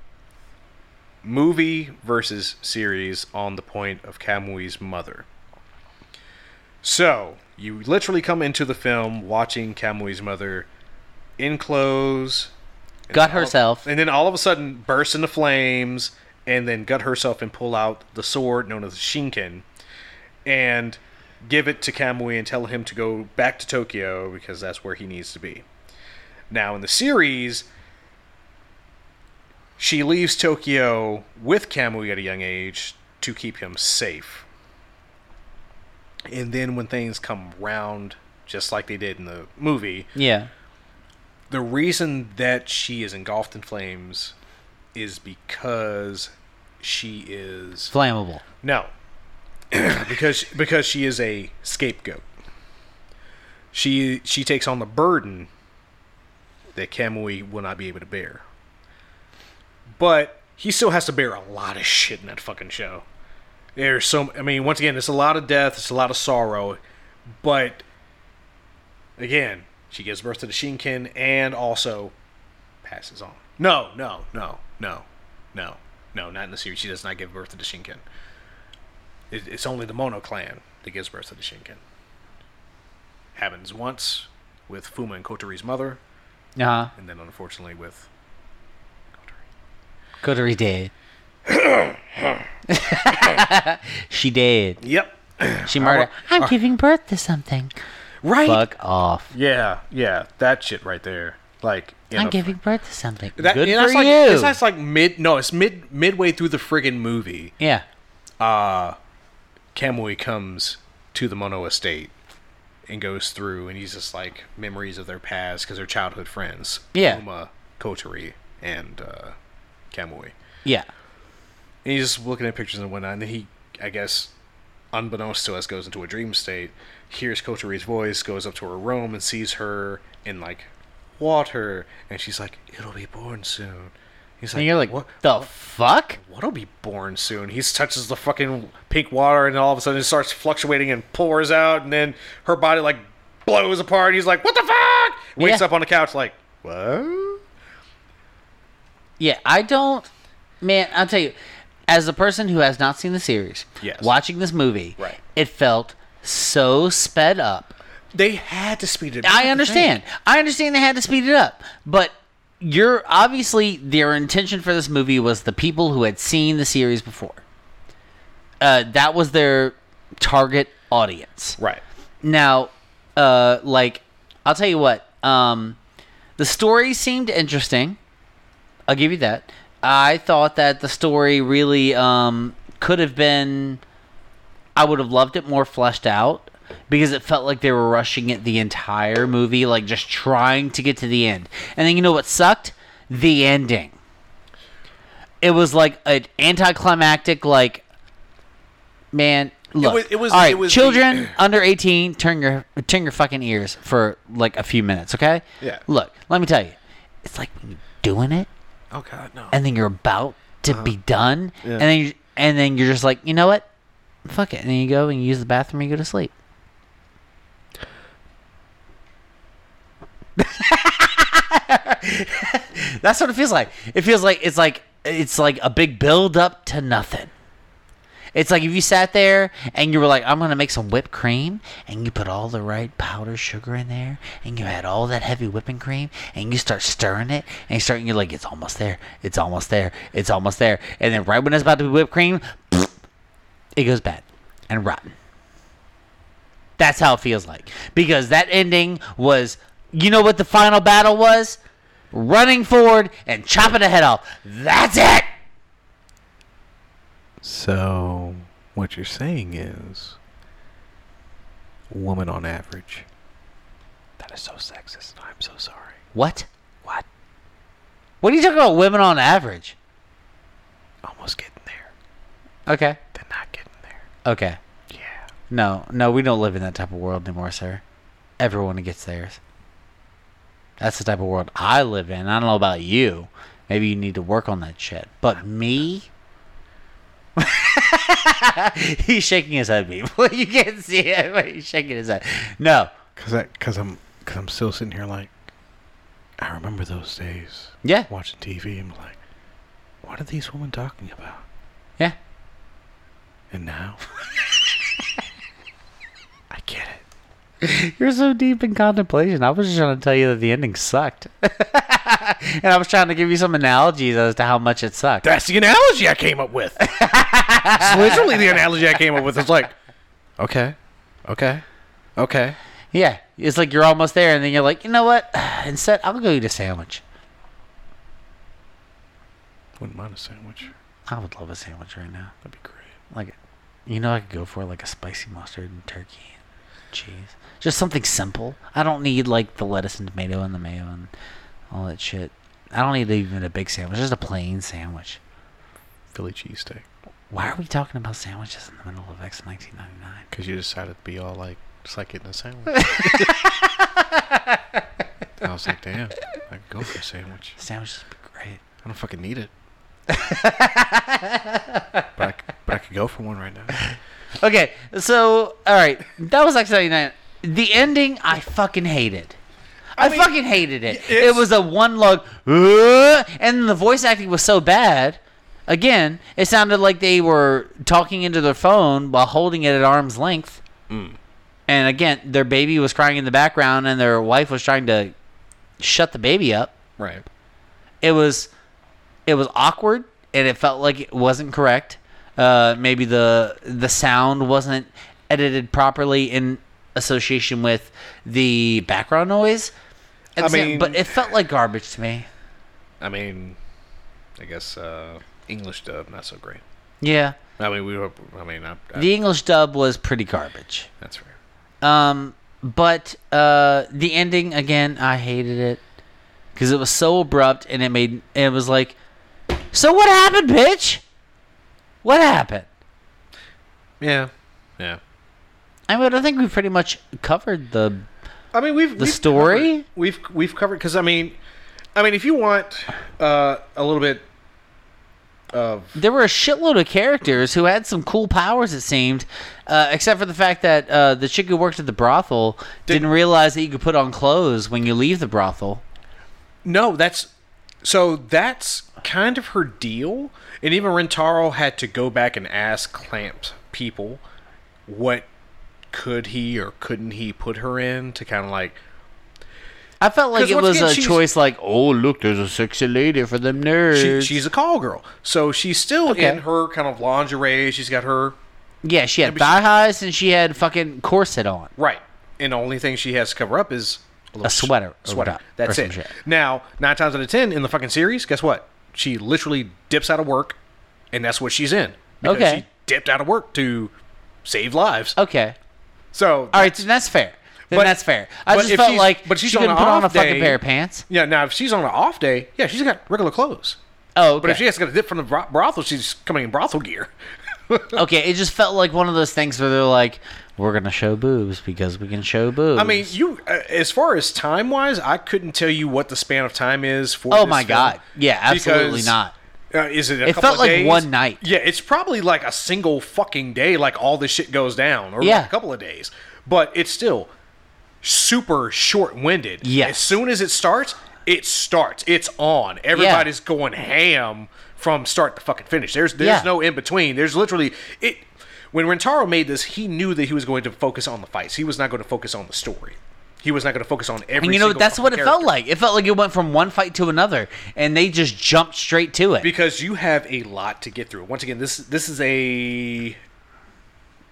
movie versus series on the point of Kamui's mother. So, you literally come into the film watching Kamui's mother in clothes,
Gut herself.
and then all of a sudden burst into flames, and then gut herself and pull out the sword known as the Shinken, and give it to Kamui and tell him to go back to Tokyo because that's where he needs to be. Now in the series, she leaves Tokyo with Kamui at a young age to keep him safe. And then when things come round, just like they did in the movie,
Yeah.
the reason that she is engulfed in flames is because she is
Flammable.
no because because she is a scapegoat she she takes on the burden that Kamui will not be able to bear but he still has to bear a lot of shit in that fucking show there's so I mean once again it's a lot of death it's a lot of sorrow but again she gives birth to the Shinken and also passes on no no no no no no not in the series she does not give birth to the Shinken it, it's only the Mono clan that gives birth to the Shinken. Happens once with Fuma and Kotori's mother,
Uh huh.
and then unfortunately with.
Kotori dead. she dead.
Yep.
She murdered. I'm giving birth to something.
Right.
Fuck off.
Yeah, yeah, that shit right there. Like in
I'm
a-
giving birth to something.
That,
Good
and
for
that's like,
you.
It's that's like mid. No, it's mid midway through the friggin' movie.
yeah.
Kamui comes to the Mono estate and goes through, and he's just like memories of their past because they're childhood friends.
Yeah.
Fuma, Kotori, and uh, Kamui.
Yeah.
And he's just looking at pictures and whatnot. And then he, I guess, unbeknownst to us, goes into a dream state, hears Kotori's voice, goes up to her room, and sees her in, like, water. And she's like, it'll be born soon. He's like,
And you're like,
what?
the fuck?
What'll be born soon? He touches the fucking pink water, and all of a sudden it starts fluctuating and pours out, and then her body like blows apart. He's like, "What the fuck?" Wakes
Yeah.
up on the couch like, "What?"
Yeah, I don't. Man, I'll tell you, as a person who has not seen the series,
Yes.
watching this movie,
Right.
it felt so sped up.
They had to speed it. up.
I understand. I understand they had to speed it up, but you're obviously their intention for this movie was the people who had seen the series before. Uh, that was their target audience.
Right.
Now, uh, like, I'll tell you what. Um, the story seemed interesting. I'll give you that. I thought that the story really um, could have been. I would have loved it more fleshed out because it felt like they were rushing it the entire movie, like just trying to get to the end. And then you know what sucked? The ending. It was like an anticlimactic, like, man. Look,
was- it was-
all right,
it was the-
children under 18 turn your turn your fucking ears for like a few minutes okay
Yeah.
look let me tell you it's like when you're doing it
Oh god, no.
and then you're about to be done and then you and then you're just like you know what fuck it and then you go and you use the bathroom and you go to sleep that's what it feels like it feels like it's like it's like a big build up to nothing it's like if you sat there and you were like, I'm going to make some whipped cream, and you put all the right powdered sugar in there, and you had all that heavy whipping cream, and you start stirring it, and you start, and you're like, it's almost there, it's almost there, it's almost there. And then right when it's about to be whipped cream, it goes bad and rotten. That's how it feels like. Because that ending was, you know what the final battle was? Running forward and chopping the head off. That's it!
So, what you're saying is, woman on average. That is so sexist. I'm so sorry.
What?
What?
What are you talking about? Women on average?
Almost getting there.
Okay.
Then not getting there.
Okay.
Yeah.
No, no, we don't live in that type of world anymore, sir. Everyone gets theirs. That's the type of world I live in. I don't know about you. Maybe you need to work on that shit. But me? he's shaking his head, people. You can't see it, but he's shaking his head. No.
Cause I, cause I'm, cause I'm still sitting here like, I remember those days
Yeah.
watching TV and like, what are these women talking about?
Yeah.
And now, I get it.
You're so deep in contemplation. I was just trying to tell you that the ending sucked. and I was trying to give you some analogies as to how much it sucked.
That's the analogy I came up with. It's literally the analogy I came up with. It's like,
Okay. Okay. Okay.
Yeah, it's like you're almost there, and then you're like, you know what? Instead, I'll go eat a sandwich.
Wouldn't mind a sandwich.
I would love a sandwich right now.
That'd be great.
Like, you know, I could go for like a spicy mustard and turkey and cheese. Just something simple. I don't need like the lettuce and tomato and the mayo and all that shit. I don't need even a big sandwich. Just a plain sandwich.
Philly cheesesteak.
Why are we talking about sandwiches in the middle of X 1999?
Because you decided to be all like, it's like getting a sandwich. I was like, damn, I could go for a sandwich.
Sandwiches would be great.
I don't fucking need it. but, I, c- but I could go for one right now.
Okay, so all right, that was X ninety nine. The ending, I fucking hated. I,
mean,
fucking hated it. It
it's-
was a one lug, "Uh," and the voice acting was so bad. Again, it sounded like they were talking into their phone while holding it at arm's length.
Mm.
And again, their baby was crying in the background, and their wife was trying to shut the baby up.
right.
It was, it was awkward, and it felt like it wasn't correct. Uh, maybe the the sound wasn't edited properly in association with the background noise. At
I
the same-
mean-
but it felt like garbage to me.
I mean, I guess uh, English dub not so great.
Yeah,
I mean, we were. I mean, I, I,
the English dub was pretty garbage.
that's fair.
Um, but uh, the ending again, I hated it because it was so abrupt, and it made it was like, so what happened, bitch? What happened?
Yeah. Yeah.
I mean, I think we pretty much covered the.
I mean, we've the
story?
Covered, we've we've covered because I mean, I mean, if you want uh, a little bit of
There were a shitload of characters who had some cool powers. It seemed, uh, except for the fact that uh, the chick who worked at the brothel did, not realize that you could put on clothes when you leave the brothel.
no, that's so that's kind of her deal. And even Rentaro had to go back and ask Clamp's people what could he or couldn't he put her in to kind of like
I felt like
'Cause
it
once
was
again,
a
she's-
choice, like, oh look, there's a sexy lady for them nerds.
she, she's a call girl, so she's still
Okay.
in her kind of lingerie. She's got her
yeah, she had
but she-
thigh highs and she had fucking corset on.
Right. And the only thing she has to cover up is little
A sweater
sh-
over
Sweater.
top or
That's
some
it.
shit.
Now, nine times out of ten in the fucking series, guess what? She literally dips out of work, and that's what she's in. Because
Okay.
She dipped out of work to save lives.
Okay,
So,
all right, then that's fair. Then
But-
that's fair. I
but
just
if
felt
she's-
like
but she's
she
on
couldn't
an
put on a
off
fucking
day.
pair of pants.
yeah. Now, if she's on an off day, yeah, she's got regular clothes.
Oh, okay.
But if she has to dip from the bro- brothel, she's coming in brothel gear.
Okay, it just felt like one of those things where they're like, "We're gonna show boobs because we can show boobs."
I mean, you uh, as far as time wise, I couldn't tell you what the span of time is for.
oh
this
my
film
god, yeah, absolutely
because-
not.
Uh, is it? A
It
couple
felt
of
like
days?
one night.
Yeah, it's probably like a single fucking day. Like all this shit goes down, or like
Yeah.
a couple of days. But it's still super short-winded.
Yes.
As soon as it starts, it starts. It's on. Everybody's going ham from start to fucking finish. There's there's
Yeah.
no in between. There's literally it. When Rentaro made this, he knew that he was going to focus on the fights. He was not going to focus on the story. He was not going to focus on every.
And you know
single
that's what it
fucking
felt
character.
like. It felt like it went from one fight to another, and they just jumped straight to it.
because you have a lot to get through. Once again, this this is a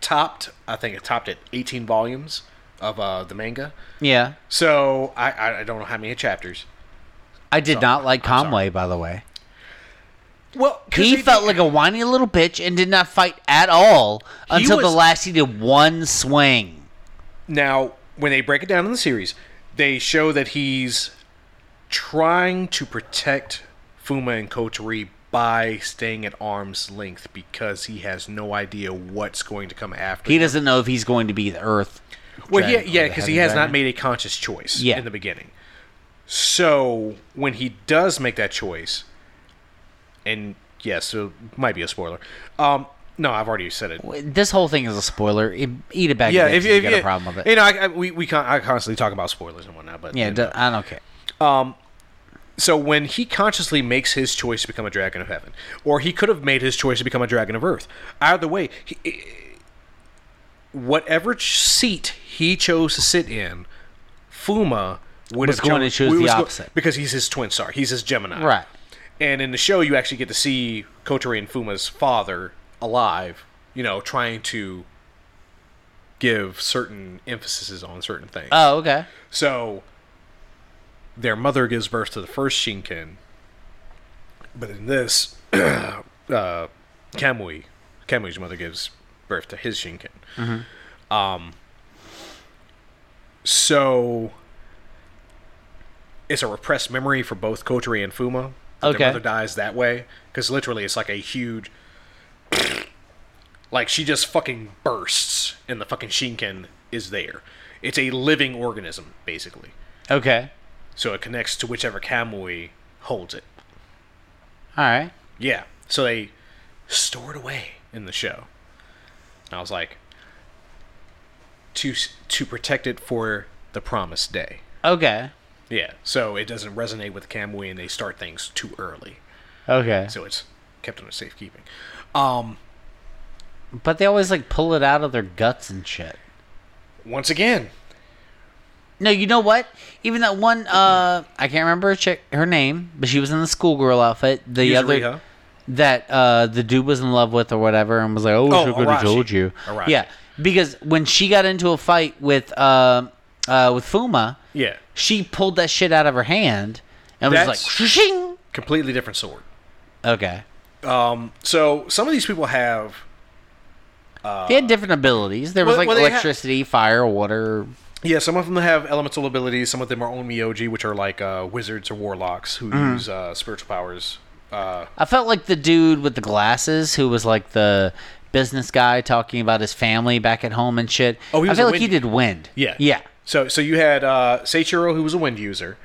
topped. I think it topped at 18 volumes of uh, the manga.
yeah,
So I- I I don't know how many chapters.
I did not like
sorry.
Conway, by the way.
Well, 'cause
He
they-
felt like a whiny little bitch and did not fight at all until the
was-
last he did one swing.
Now, when they break it down in the series, they show that he's trying to protect Fuma and Kotori by staying at arm's length because he has no idea what's going to come after.
He doesn't know if he's going to be the Earth.
well, yeah,
Dragon or
yeah,
the
because he
Heaven
has
Dragon.
not made a conscious choice
Yeah.
in the beginning. So when he does make that choice, and yes, so it might be a spoiler. Um, no, I've already said it.
This whole thing is a spoiler. It- Eat it back.
Yeah,
Yeah, if,
if, if
you got a problem with it.
you know, I, I, we we con- I constantly talk about spoilers and whatnot, but
yeah,
you
d
know.
I don't care.
So when he consciously makes his choice to become a dragon of heaven, or he could have made his choice to become a dragon of earth. Either way, he, eh, whatever ch- seat he chose to sit in, Fuma would
Was
have
going
chose-
to choose the
was go-
opposite.
because he's his twin star. He's his Gemini,
Right.
And in the show, you actually get to see Kotori and Fuma's father alive. You know, trying to give certain emphases on certain things.
Oh, okay.
So their mother gives birth to the first Shinken, but in this, uh, Kamui, Kamui's mother gives birth to his Shinken. Um, so it's a repressed memory for both Kotori and Fuma. that
Okay.
Their mother dies that way because literally it's like a huge. Like she just fucking bursts, and the fucking Shinken is there. It's a living organism, basically.
Okay.
So it connects to whichever Kamui holds it.
All right.
Yeah. So they store it away in the show. And I was like, to to protect it for the promised day.
Okay.
Yeah. So it doesn't resonate with Kamui, and they start things too early.
Okay.
So it's kept under safekeeping. Um.
But they always like pull it out of their guts and shit.
Once again,
No, you know what? Even that one uh I can't remember her chick her name, but she was in the schoolgirl outfit. The
Yuzuriha.
other that uh the dude was in love with or whatever and was like, Oh, I
Oh,
should have
Arashi.
told you.
Arashi.
Yeah. Because when she got into a fight with uh uh with Fuma,
Yeah.
she pulled that shit out of her hand and was like
That's-
"Shing!"
Completely different sword.
Okay.
Um. So some of these people have
they had different abilities. There was
well-
like
well, they had-
electricity, fire, water.
Yeah, some of them have elemental abilities. Some of them are onmyoji, which are like uh, wizards or warlocks who
Mm.
use uh, spiritual powers. Uh,
I felt like the dude with the glasses who was like the business guy talking about his family back at home and shit.
Oh, he
I
was
feel
a
like he
wind-
did wind.
yeah,
Yeah.
So, so you had uh, Seichiro, who was a wind user.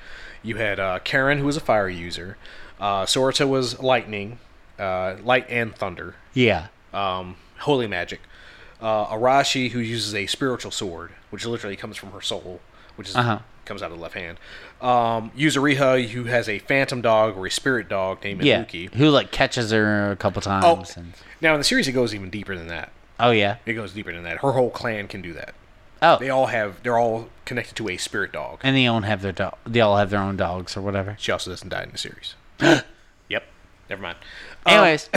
You had uh, Karen, who was a fire user. Uh, Sorata was lightning, uh, light and thunder,
Yeah.
um, holy magic. Uh, Arashi, who uses a spiritual sword, which literally comes from her soul, which is
Uh-huh.
comes out of the left hand. Um, Yuzuriha, who has a phantom dog or a spirit dog named
Yeah.
Inuki.
Who like catches her a couple times. Oh, and,
Now in the series, it goes even deeper than that.
oh yeah.
It goes deeper than that. Her whole clan can do that.
Oh.
They all have. They're all connected to a spirit dog.
and they all have their dog. They all have their own dogs or whatever.
She also doesn't die in the series. yep. Never mind. Um,
Anyways,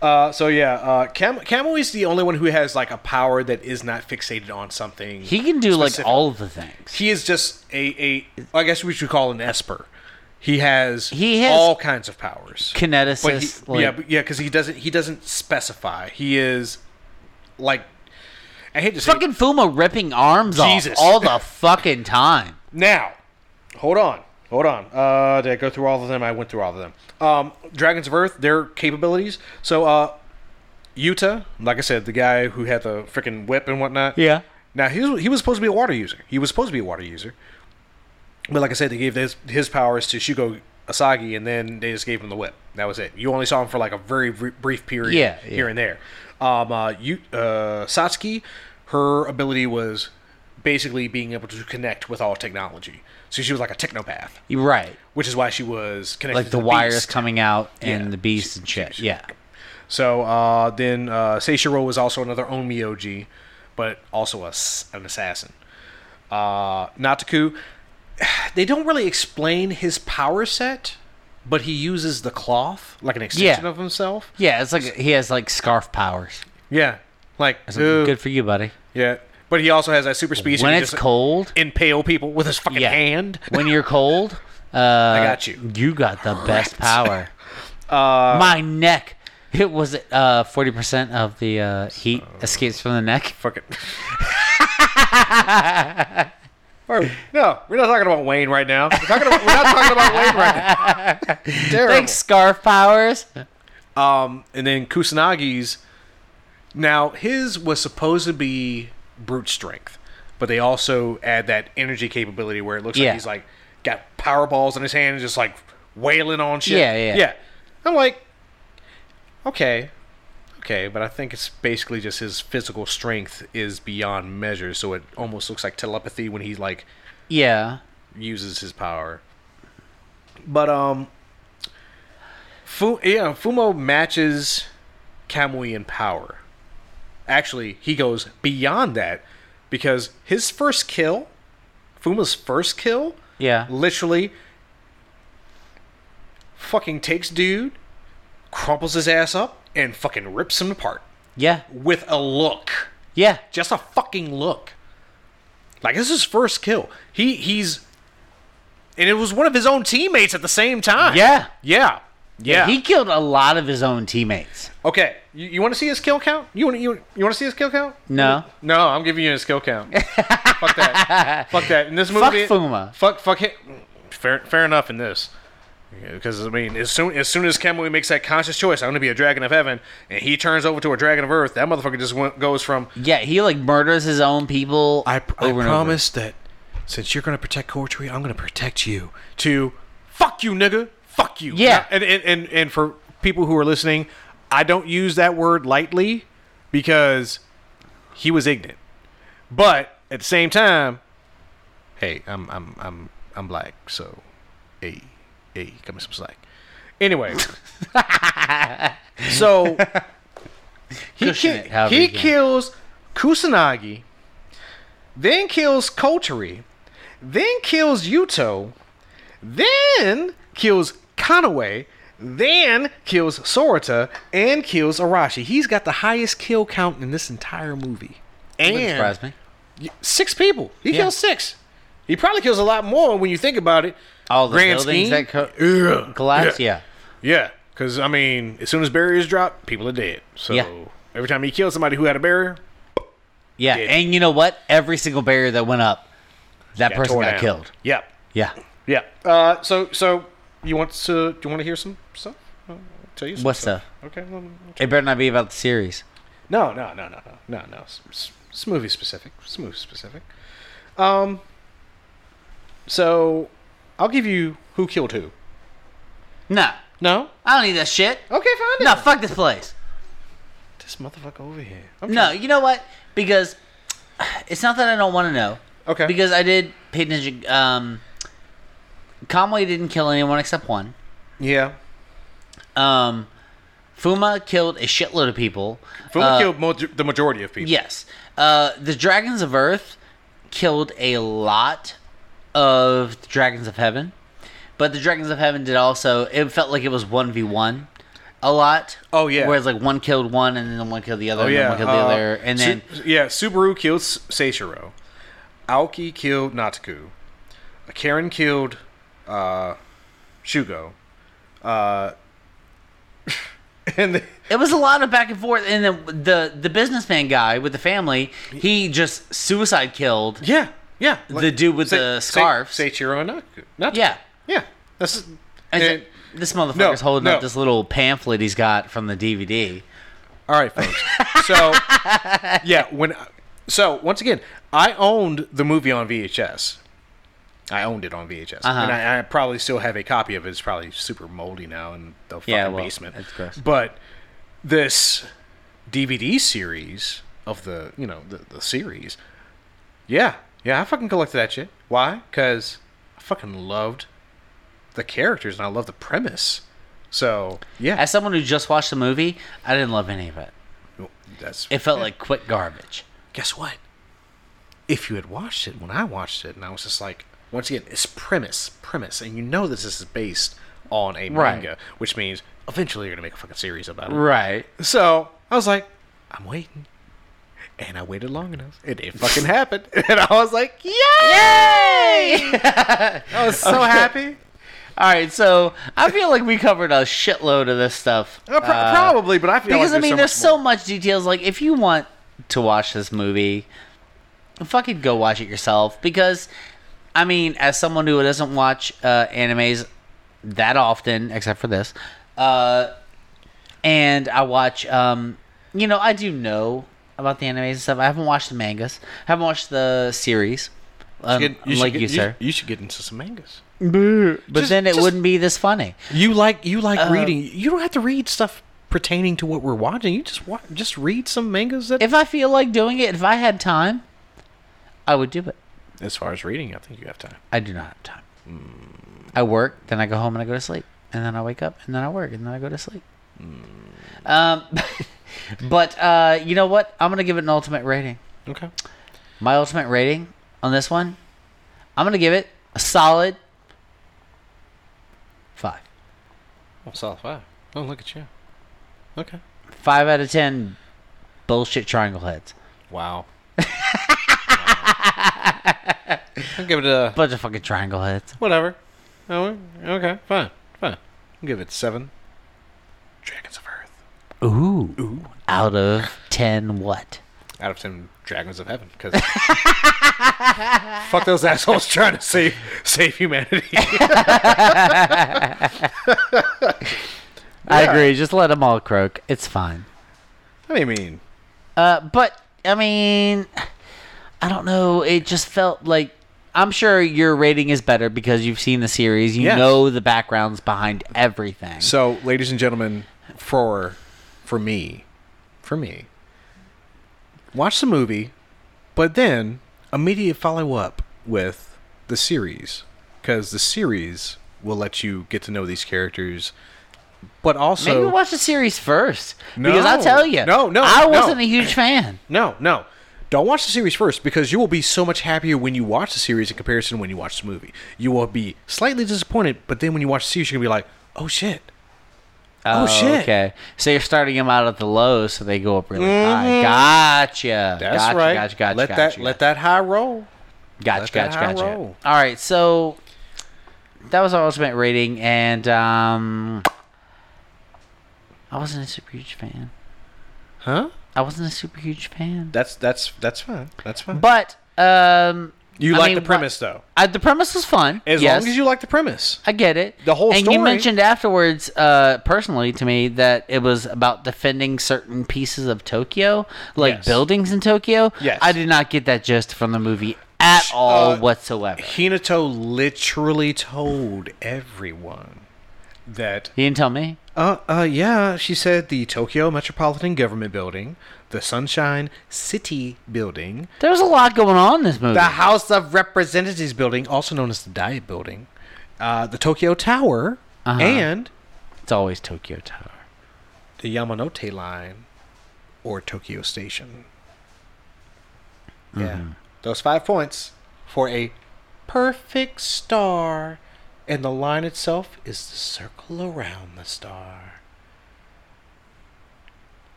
uh, so yeah, uh, Cam- Kamui is the only one who has like a power that is not fixated on something.
he can do like
specific.
all of the things.
He is just a a. I guess we should call an esper. He has
He has-
all kinds of powers. But he,
Kineticist. like,
yeah, but- yeah, because he doesn't he doesn't specify. He is like I hate to say it.
fucking Fuma ripping arms
Jesus.
off all the fucking time.
Now, hold on, hold on. Uh, did I go through all of them? I went through all of them. Um, Dragons of Earth, their capabilities. So, uh, Yuta, like I said, the guy who had the freaking whip and whatnot.
Yeah.
Now he was, he was supposed to be a water user. He was supposed to be a water user, but like I said, they gave his his powers to Shugo Asagi, and then they just gave him the whip. That was it. You only saw him for like a very br- brief period
Yeah, yeah.
here and there. Um, uh, you, uh, Satsuki, her ability was basically being able to connect with all technology. So she was like a technopath,
You're right.
which is why she was connected.
Like
to
the, wires
beast.
coming out and
Yeah.
the beast and shit. Yeah.
So uh, then uh, Seishiro was also another Onmyoji, but also a s an assassin. Uh, Nataku, they don't really explain his power set, but he uses the cloth like an extension
Yeah.
of himself.
Yeah, it's like he has like scarf powers.
Yeah, like uh,
Good for you, buddy.
yeah. But he also has that super speed. so
when
he
it's
just
cold,
impale people with his fucking
Yeah.
hand.
when you're cold, uh, I
got you.
You got the best power.
Uh,
My neck. It was uh, 40% of the uh, heat escapes from the neck.
fuck it. All right, no, we're not talking about Wayne right now. We're, talking about, we're not talking about Wayne right now. Terrible.
Thanks, Scarf Powers.
Um, and then Kusanagi's. Now his was supposed to be brute strength, but they also add that energy capability where it looks
Yeah.
like he's like got power balls in his hand and just like wailing on shit.
Yeah, yeah.
yeah. I'm like, okay, okay, but I think it's basically just his physical strength is beyond measure, so it almost looks like telepathy when he like
Yeah.
uses his power. But um, Fu- yeah, Fumo matches Kamui in power. Actually, he goes beyond that because his first kill, Fuma's first kill,
Yeah.
literally fucking takes dude, crumples his ass up, and fucking rips him apart
Yeah.
with a look
Yeah.
just a fucking look. Like this is his first kill. He he's and it was one of his own teammates at the same time.
Yeah.
Yeah. Yeah.
He killed a lot of his own teammates.
okay. You, you want to see his kill count? You want you, you want to see his kill count?
No.
No, I'm giving you his kill count. fuck that. Fuck that. In this
Fuck
movie
Fuma.
Fuck fuck him. Fair fair enough in this. Because I mean, as soon as soon as Kamui makes that conscious choice, I'm gonna be a dragon of heaven, and he turns over to a dragon of earth. That motherfucker just went, goes from
Yeah, he like murders his own people.
I, pr- I
over and over.
promise that since you're going to protect Cortree, I'm going to protect you. To fuck you, nigga. Fuck you.
Yeah.
And, and, and, and for people who are listening, I don't use that word lightly because he was ignorant. But at the same time, hey, I'm, I'm, I'm, I'm black, so hey, hey, give me some slack. Anyway, so he,
Cushion
ki-
it however
he
you can.
kills Kusanagi, then kills Kotori, then kills Yuto, then kills Kanawe, then kills Sorata, and kills Arashi. He's got the highest kill count in this entire movie.
Wouldn't
And
surprise me.
six people. He
Yeah.
kills six. He probably kills a lot more when you think about it.
All the
Grand
buildings
scheme?
that co-
Ugh.
collapsed. Yeah.
Yeah, because I mean, as soon as barriers drop, people are dead. So
Yeah.
every time he killed somebody who had a barrier,
yeah,
Did.
And you know what? Every single barrier that went up, that
got
person
tore
got
down.
killed.
Yeah,
Yeah.
yeah. Uh, so so you want to do you want to hear some stuff? I'll tell you some
What's
stuff.
stuff?
Okay. well, okay.
It better not be about the series.
No, no, no, no, no, no, no. It's- It's, it's movie specific. It's movie specific. Um. So, I'll give you who killed who.
No,
No.
I don't need that shit.
Okay, fine.
No,
then.
fuck this place.
This motherfucker over here.
No, you know what? Because it's not that I don't want to know.
Okay.
Because I did pay attention. Um, Conway didn't kill anyone except one.
Yeah.
Um, Fuma killed a shitload of people.
Fuma
Uh,
killed mo- the majority of people.
Yes. Uh, the Dragons of Earth killed a lot of the Dragons of Heaven, but the Dragons of Heaven did also. It felt like it was one v one a lot.
Oh, yeah.
Whereas like one killed one, and then one killed the other,
Oh
and
yeah,
then one killed the
uh,
other, and
Su-
then
yeah, Subaru killed S- Seishiro. Aoki killed Natsuku. Karen killed uh, Shugo. Uh, and the,
it was a lot of back and forth. And then the the businessman guy with the family, he just suicide killed.
yeah, yeah,
The dude with the scarf.
Seichiro and Natsuku. Natsuku.
Yeah.
yeah. That's
And
and-
th- this motherfucker's holding
no.
up this little pamphlet he's got from the DVD.
All right, folks. So, yeah, when so once again, I owned the movie on VHS. I owned it on VHS,
Uh-huh.
and I, I probably still have a copy of it. It's probably super moldy now in the fucking
Yeah, well,
basement.
it's gross.
But this DVD series of the you know the, the series, yeah, yeah, I fucking collected that shit. Why? Because I fucking loved the characters and I loved the premise. So yeah,
As someone who just watched the movie, I didn't love any of it.
that's
It felt like quick garbage.
guess what? If you had watched it when I watched it, and I was just like, once again, it's premise, premise, and you know this is based on a
Right.
manga, which means eventually you're gonna make a fucking series about it.
Right.
So I was like, I'm waiting, and I waited long enough, and it fucking happened, and I was like, yay! I was so happy.
All right, so I feel like we covered a shitload of this stuff.
Uh, pro-
Uh,
probably, but I feel
because
like
I mean, there's
there's
so
so much
much details. Like, if you want to watch this movie, fucking go watch it yourself. Because, I mean, as someone who doesn't watch uh, animes that often, except for this, uh, and I watch, um, you know, I do know about the animes and stuff. I haven't watched the mangas. I haven't watched the series. Um,
more. should
like
get-
you, sir.
You, should get into some mangas.
But
Just-
then it
just-
wouldn't be this funny.
You like you like
Uh,
reading. You don't have to read stuff pertaining to what we're watching. You just wa just read some mangas that.
If I feel like doing it, if I had time, I would do it.
as far as reading, I think you have time.
I do not have time. I work, then I go home and I go to sleep, and then I wake up, and then I work, and then I go to sleep. Um, but uh, you know what? I'm gonna give it an ultimate rating.
Okay.
My ultimate rating on this one, I'm gonna give it a solid five.
Well, solid five. Oh, look at you. Okay.
Five out of ten. Bullshit triangle heads.
Wow. I'll give it a
Bunch of fucking triangle heads.
whatever. Oh, okay, fine, fine. I'll give it seven. Dragons of Earth.
Ooh. Out of ten, what?
out of ten dragons of heaven because fuck those assholes trying to save save humanity.
I
Yeah.
agree. Just let them all croak. It's fine.
I mean,
Uh, but I mean, I don't know. It just felt like I'm sure your rating is better because you've seen the series. You
Yes.
know the backgrounds behind everything.
so ladies and gentlemen, for for me, for me, watch the movie, but then immediately follow up with the series because the series will let you get to know these characters, but also
Maybe watch the series first because I
No.
tell you,
No, no,
I
no.
wasn't a huge fan.
No, no. Don't watch the series first because you will be so much happier when you watch the series in comparison to when you watch the movie. You will be slightly disappointed, but then when you watch the series, you're gonna be like, "Oh shit!" Oh, shit.
Okay, so you're starting them out at the lows, so they go up really high. Gotcha. gotcha, Gotcha. Gotcha.
Mm-hmm. let
gotcha,
that
gotcha.
let that high roll.
Gotcha,
Let that
gotcha,
high
gotcha.
roll.
All right, so that was our ultimate rating, and um, I wasn't a super huge fan.
Huh?
I wasn't a super huge fan,
That's that's that's fine. That's fine.
but um,
you
I
like
mean,
the
what-
premise though.
I, the premise was fun.
As
yes,
long as you like the premise.
I get it.
The whole
and you
story-
mentioned afterwards, uh, personally to me, that it was about defending certain pieces of Tokyo, like
Yes.
buildings in Tokyo.
Yes. uh,
I did not get that gist from the movie at all whatsoever.
Hinato literally told everyone that
You didn't tell me.
Uh, uh, yeah, she said the Tokyo Metropolitan Government Building, the Sunshine City Building,
There was a lot going on in this movie.
the House of Representatives Building, also known as the Diet Building, uh, the Tokyo Tower,
Uh-huh.
and
It's always Tokyo Tower.
the Yamanote Line, or Tokyo Station. Yeah, those five points for a perfect star, and the line itself is the circle around the star.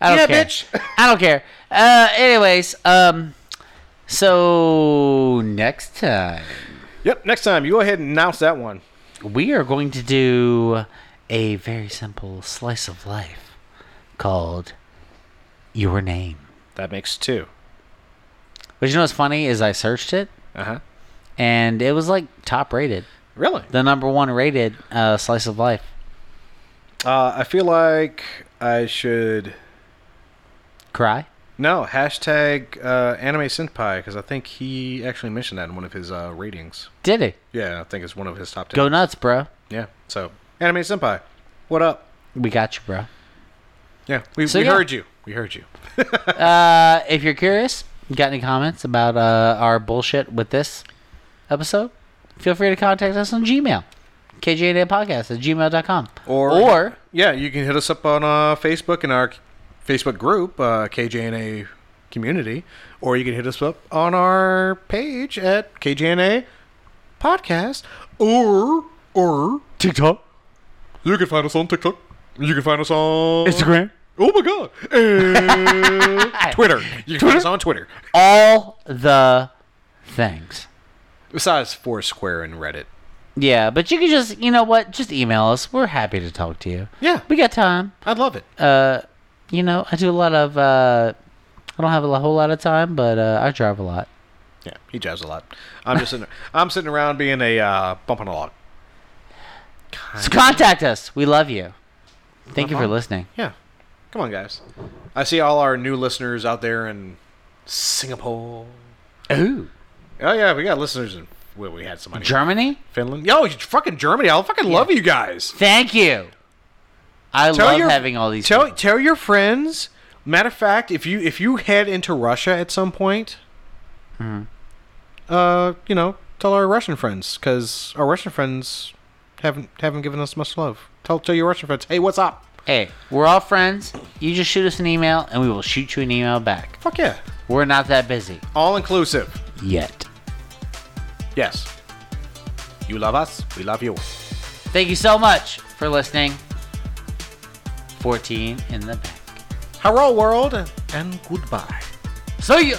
I don't
Yeah,
care.
bitch.
I don't care. Uh, anyways, um, so next time
Yep, next time you go ahead and announce that one.
we are going to do a very simple slice of life called Your Name.
That makes two.
But you know what's funny is I searched it
Uh huh.
and it was like top rated,
Really?
the number one rated uh, slice of life.
Uh, I feel like I should.
Cry.
No, hashtag uh, anime senpai, because I think he actually mentioned that in one of his uh, ratings.
Did it?
Yeah, I think it's one of his top 10.
Go nuts, bro.
Yeah, so anime senpai. What up?
We got you, bro.
Yeah, we,
So,
we
yeah.
heard you. We heard you.
Uh, if you're curious, got any comments about uh, our bullshit with this episode, feel free to contact us on Gmail. KJNAPodcast at gmail.com. or
yeah, you can hit us up on uh, Facebook in our Facebook group, uh, KJNA Community, or you can hit us up on our page at KJNA Podcast, or or
TikTok,
you can find us on TikTok. You can find us on
Instagram.
Oh my God, and Twitter. You can find us on Twitter.
all the things.
Besides Foursquare and Reddit,
Yeah, but you can just, you know what? Just email us. We're happy to talk to you.
Yeah,
We got time.
I'd love it.
Uh, you know, I do a lot of. Uh, I don't have a lo- whole lot of time, but uh, I drive a lot.
Yeah, he drives a lot. I'm just sitting, I'm sitting around being a uh, bump on a log.
So contact us. We love you. Thank you for
Uh-huh.
listening.
Yeah, come on, guys. I see all our new listeners out there in Singapore.
Ooh,
Oh yeah, we got listeners in. Well, we had somebody.
Germany.
Finland. Yo, it's fucking Germany. I fucking love you guys.
Thank you. I love having all these.
Tell
people.
tell your friends. Matter of fact, if you if you head into Russia at some point,
Hmm.
uh, you know, tell our Russian friends because our Russian friends haven't haven't given us much love. Tell tell your Russian friends, hey, what's up?
hey, we're all friends. You just shoot us an email, and we will shoot you an email back.
Fuck yeah,
We're not that busy
all inclusive.
yet.
Yes, you love us, we love you.
Thank you so much for listening. 14 in the back.
Hello world and goodbye.
See you.